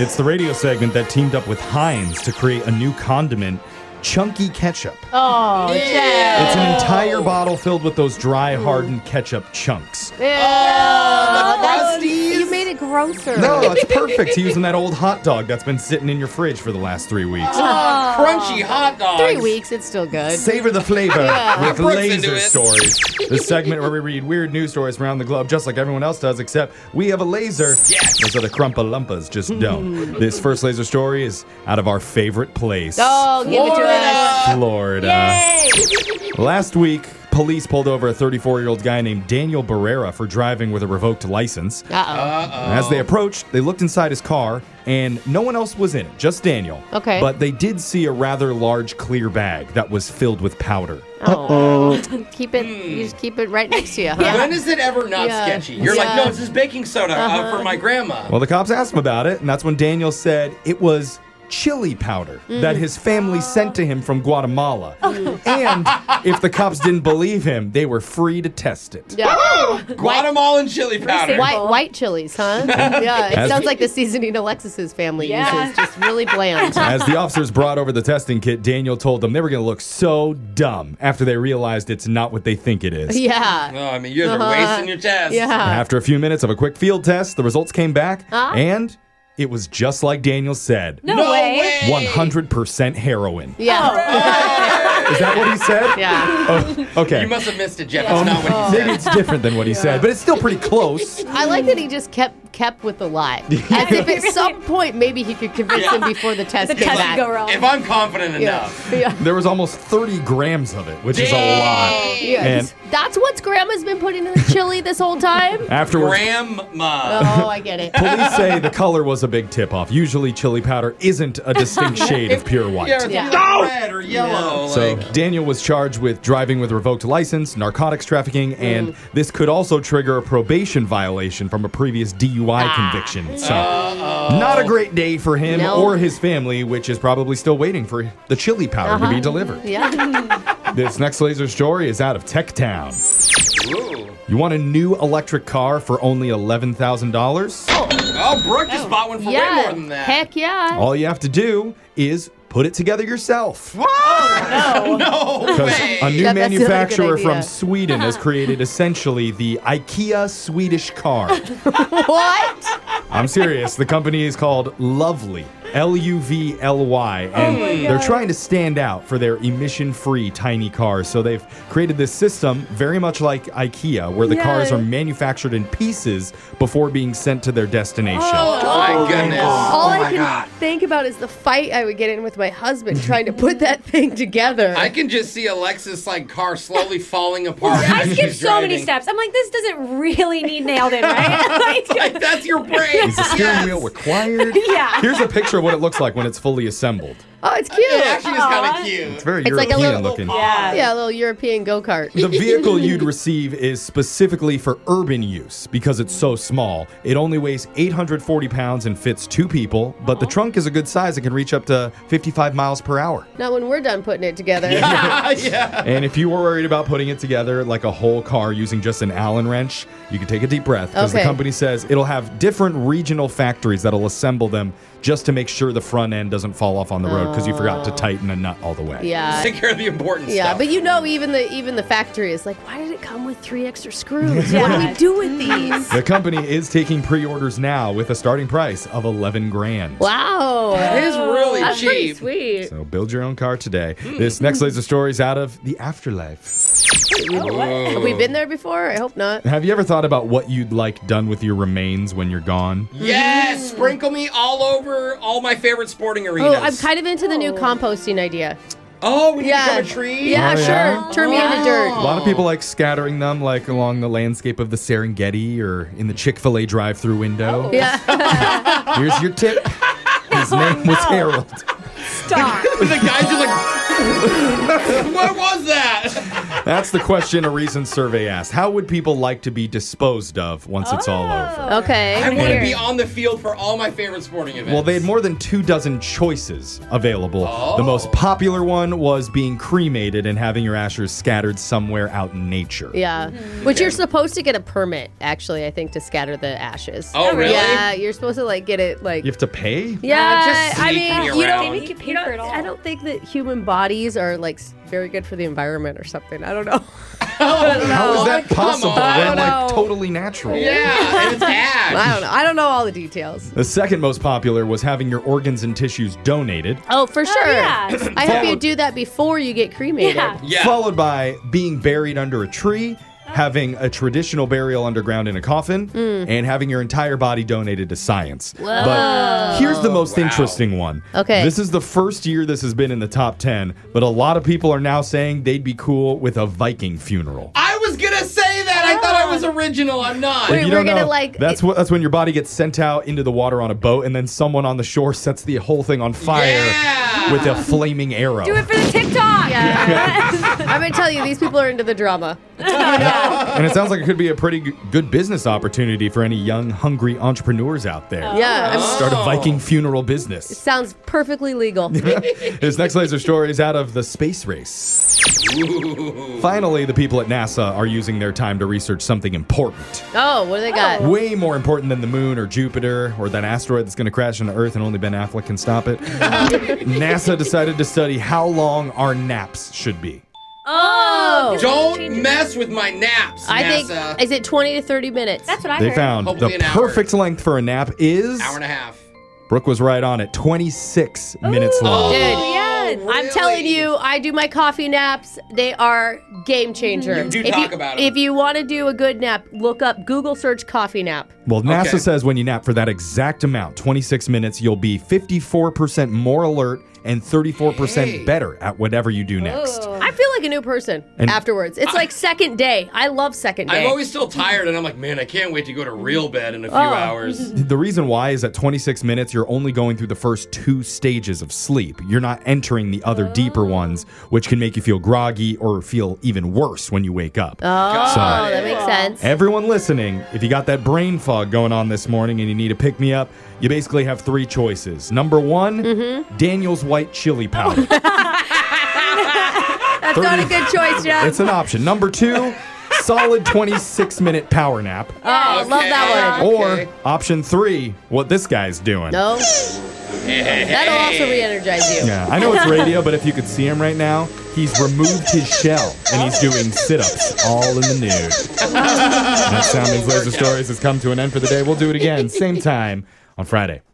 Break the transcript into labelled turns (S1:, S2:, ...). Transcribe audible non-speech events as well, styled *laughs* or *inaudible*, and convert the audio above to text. S1: It's the radio segment that teamed up with Heinz to create a new condiment, chunky ketchup.
S2: Oh, Jeff.
S1: It's an entire bottle filled with those dry, hardened ketchup chunks.
S2: Ew. Oh, That's-
S3: crusties.
S2: you made it grosser.
S1: No, it's perfect to use in that old hot dog that's been sitting in your fridge for the last three weeks.
S3: Crunchy hot dogs.
S2: Three weeks, it's still good.
S1: Savor the flavor with
S3: Brooks into
S1: laser
S3: it.
S1: stories. The segment where we read weird news stories from around the globe, just like everyone else does, except we have a laser.
S3: Yes. Hmm.
S1: Those other crumpa-lumpas just don't. this first laser story is out of our favorite place,
S2: Oh, give it to us.
S3: Florida.
S1: Florida.
S2: Yay.
S1: Last week, police pulled over a 34 year old guy named Daniel Barrera for driving with a revoked license.
S2: Uh-oh.
S1: As
S2: Oh.
S1: they approached, they looked inside his car, and no one else was in it, just Daniel.
S2: Okay.
S1: But they did see a rather large clear bag that was filled with powder.
S2: oh. *laughs* keep it. You just keep it right next to you. Huh?
S3: When is it ever not
S2: Yeah.
S3: sketchy? You're like,
S2: Yeah. Uh-huh.
S3: no, it's just baking soda uh, for my grandma.
S1: Well, the cops asked him about it, and that's when Daniel said it was chili powder
S2: Mm.
S1: that his family sent to him from Guatemala.
S2: Oh.
S1: And if the cops didn't believe him, they were free to test it.
S2: Yeah.
S3: Guatemalan chili powder.
S2: White white chilies, huh? yeah, it
S1: As-
S2: sounds like the seasoning Alexis's family
S4: Yeah.
S2: uses. Just really bland.
S1: As the officers brought over the testing kit, Daniel told them they were going to look so dumb after they realized it's not what they think it is.
S2: yeah.
S3: No, Oh, I mean, you guys are
S2: Uh-huh.
S3: wasting your test.
S2: Yeah.
S1: After a few minutes of a quick field test, the results came back,
S2: Huh?
S1: and it was just like Daniel said
S4: No,
S3: No
S4: way.
S3: way.
S1: 100% heroin.
S2: Yeah.
S1: Is that what he said?
S2: Yeah.
S1: Oh, okay.
S3: You must have missed it, Jeff.
S2: Um,
S3: That's not what
S2: oh.
S3: he
S1: Maybe
S3: said.
S1: it's different than what he said, but it's still pretty close.
S2: I like that he just kept kept with the lie. As if at some point maybe he could convince
S3: Yeah.
S2: him before the test
S4: The
S2: came
S4: test
S2: back.
S4: go wrong.
S3: If I'm confident
S2: Yeah.
S3: enough.
S2: Yeah.
S1: There was almost 30 grams of it, which is a lot.
S3: Dang.
S2: Yeah.
S1: And-
S2: That's what grandma's been putting in the chili this whole
S3: *laughs*
S2: time.
S1: Afterwards,
S3: Grandma.
S2: oh, I get it.
S1: police say the color was a big tip off. Usually, chili powder isn't a distinct shade of pure white.
S3: Yeah, it's
S2: Yeah.
S3: like red or yellow.
S1: So
S3: like-
S1: Daniel was charged with driving with revoked license, narcotics trafficking,
S3: Mm.
S1: and this could also trigger a probation violation from a previous DUI
S3: Ah.
S1: conviction. So not a great day for him
S2: No.
S1: or his family, which is probably still waiting for the chili powder to
S3: Uh-huh.
S1: be delivered.
S2: *laughs* Yeah.
S1: This next laser story is out of Tech Town.
S3: Ooh.
S1: You want a new electric car for only eleven thousand dollars?
S3: Oh, Brooke just bought one for way more
S2: yeah.
S3: than that.
S2: Heck yeah.
S1: All you have to do is put it together yourself.
S2: Oh,
S3: *laughs* no
S1: Because
S3: way.
S1: a new
S2: That- that's a really good
S1: manufacturer from
S2: idea.
S1: Sweden
S2: *laughs*
S1: has created essentially the IKEA Swedish car.
S3: Oh.
S2: What?
S1: I'm serious. The company is called Lovely, L U V L Y,
S2: Oh
S1: and they're trying to stand out for their emission free tiny cars. So they've created this system very much like IKEA, where the cars
S4: Yay.
S1: are manufactured in pieces before being sent to their destination.
S3: Oh, my goodness.
S2: All
S3: oh,
S2: I
S3: my
S2: can
S3: God.
S2: think about is the fight I would get in with my husband trying to put that thing together.
S3: I can just see Alexis like car slowly falling apart. *laughs*
S4: I
S3: as
S4: skipped
S3: she's
S4: so many
S3: driving.
S4: steps. I'm like, this doesn't really need nailed in, right? *laughs* Like,
S3: Like, that's your brain.
S1: Is
S3: *laughs*
S1: the steering wheel
S2: *laughs*
S1: required?
S4: Yeah.
S1: Here's a picture of what it looks like when it's fully assembled.
S2: oh, it's cute.
S3: It actually is kind
S4: Aw.
S3: of cute.
S1: It's
S2: *laughs*
S1: very
S2: It's like a
S1: European
S2: little-
S1: looking.
S4: yeah.
S2: Yeah, a little European go kart.
S1: The vehicle you'd receive is specifically for urban use because it's so small. It only weighs 840 pounds and fits two people, but the trunk is a good size. It can reach up to 55 miles per hour.
S2: Not when we're done putting it together.
S3: *laughs* yeah.
S1: And if you were worried about putting it together like a whole car using just an Allen wrench, you can take a deep breath because the
S2: Okay.
S1: company says it'll have different regional factories that'll assemble them just to make sure the front end doesn't fall off on the road because you forgot to tighten a nut all the way.
S2: *laughs* Oh. Yeah.
S3: Take care of the important
S2: Yeah,
S3: stuff.
S2: but you know, even the even the factory is like, why did it come with three extra screws? What do we do
S3: *laughs*
S2: with these?
S1: The company is taking pre-orders now with a starting price of 11 grand.
S2: Wow,
S3: it is really
S2: that's pretty
S3: cheap.
S2: sweet.
S1: So build your own car today. This next laser story is out of the afterlife.
S2: Have we been there before? I hope not.
S1: Have you ever thought about what you'd like done with your remains when you're gone?
S3: Yes, sprinkle me all over all my favorite sporting arenas.
S2: Oh, I'm kind of into the new composting idea.
S3: Oh, we need
S2: Yeah.
S3: to become a tree.
S2: Yeah,
S3: *laughs*
S1: Oh,
S2: sure.
S1: yeah? Oh.
S2: Turn me into
S1: A
S2: dirt.
S1: lot of people like scattering them like along the landscape of the Serengeti or in the Chick-fil-A drive-through window.
S2: Yeah. *laughs*
S1: Here's your tip. His name was Harold.
S4: Stop.
S2: *laughs*
S3: The guys are like, what was that?
S1: That's the question a recent survey asked. How would people like to be disposed of once it's all over?
S4: Oh.
S2: Okay.
S3: I want to
S1: Weird.
S3: be on the field for all my favorite sporting events.
S1: Well, they had more than two dozen choices available. The most popular one was being cremated and having your ashes scattered somewhere out in nature.
S2: Yeah. Which you're supposed to get a permit, actually, I think, to scatter the ashes.
S3: Oh, really?
S2: Yeah, you're supposed to like get it like.
S1: You have to pay?
S2: yeah,
S3: just
S2: I
S3: sneak
S2: mean,
S3: me
S2: you
S3: around.
S2: don't.
S3: They
S4: make you pay
S2: don't-
S4: for it all.
S2: I don't think that human bodies are like s- very good for the environment or something. I don't know. *laughs* I don't
S1: How is
S2: know.
S1: that
S3: come
S1: possible?
S3: on. I
S1: They're
S2: don't
S1: like
S2: know.
S1: totally natural.
S3: yeah,
S2: *laughs*
S3: and it's ash.
S2: I don't know. I don't know all the details.
S1: The second most popular was having your organs and tissues donated,
S2: Oh, for sure.
S4: yeah.
S2: I hope you
S1: Followed-
S2: do that before you get cremated.
S4: Yeah.
S3: Yeah.
S1: followed by being buried under a tree,
S2: Oh.
S1: having a traditional burial underground in a coffin,
S2: Hmm.
S1: and having your entire body donated to science. But here's the most
S3: Wow.
S1: interesting one.
S2: Okay.
S1: This is the first year this has been in the top 10, but a lot of people are now saying they'd be cool with a Viking funeral.
S3: I was gonna say that. I thought I was
S2: Oh.
S3: original. I'm not.
S2: Wait,
S1: You
S2: we're
S1: don't
S2: gonna
S1: know.
S2: like.
S1: that's what that's when your body gets sent out into the water on a boat and then someone on the shore sets the whole thing on fire
S3: Yeah.
S1: with a flaming arrow.
S4: Do it for the TikTok.
S2: *laughs* I'm gonna tell you, these people are into the drama.
S1: and it sounds like it could be a pretty g- good business opportunity for any young hungry entrepreneurs out there.
S2: Yeah, I'm-
S1: Start a
S3: Oh.
S1: Viking funeral business.
S2: sounds
S3: *laughs*
S2: perfectly legal.
S1: His next laser story is out of the space race.
S3: Ooh.
S1: Finally, the people at NASA are using their time to research something important.
S2: oh, what do they got?
S1: Way more important than the moon or Jupiter or that asteroid that's going to crash into Earth and only Ben Affleck can stop it. NASA decided to study how long our naps should be.
S4: Oh.
S3: Don't mess with my naps,
S2: I
S3: NASA.
S2: think is it 20 to 30 minutes.
S4: That's what I
S1: They
S4: heard.
S1: found
S3: Hopefully
S1: the
S3: an hour.
S1: perfect length for a nap is.
S3: Hour and a half.
S1: Brooke was right on it. 26 minutes long.
S2: Dude,
S3: Oh,
S2: I'm telling
S3: really?
S2: you, I do my coffee naps. They are game changer.
S3: You do
S2: if
S3: talk
S2: you,
S3: about 'em.
S2: If you want to do a good nap, look up Google search coffee nap.
S1: Well, NASA
S3: Okay.
S1: says when you nap for that exact amount, 26 minutes, you'll be 54% more alert and 34%
S3: Hey.
S1: better at whatever you do next.
S2: I feel like a new person
S1: And-
S2: afterwards. It's like second day. I love second day.
S3: I'm always still tired, and I'm like, man, I can't wait to go to real bed in a few
S2: Oh. *laughs*
S3: hours.
S1: The reason why is at 26 minutes, you're only going through the first two stages of sleep. You're not entering the other deeper ones, which can make you feel groggy or feel even worse when you wake up.
S2: oh,
S1: Sorry.
S2: that makes sense.
S1: Everyone listening, if you got that brain fog going on this morning and you need to pick me up, you basically have three choices. Number one,
S2: Mm-hmm.
S1: Daniel's white chili
S2: *laughs*
S1: powder.
S2: That's Oh. not a good choice, Jeff.
S1: It's an option. Number two, solid 26 minute power nap.
S2: Oh, love that one.
S1: Or
S3: Okay.
S1: option three, what this guy's doing.
S2: No, that'll also re-energize you.
S1: Yeah, I know it's radio, but if you could see him right now, he's removed his shell and he's doing sit ups all in the nude. And that Sound Means Laser Stories has come to an end for the day. We'll do it again, same time on Friday.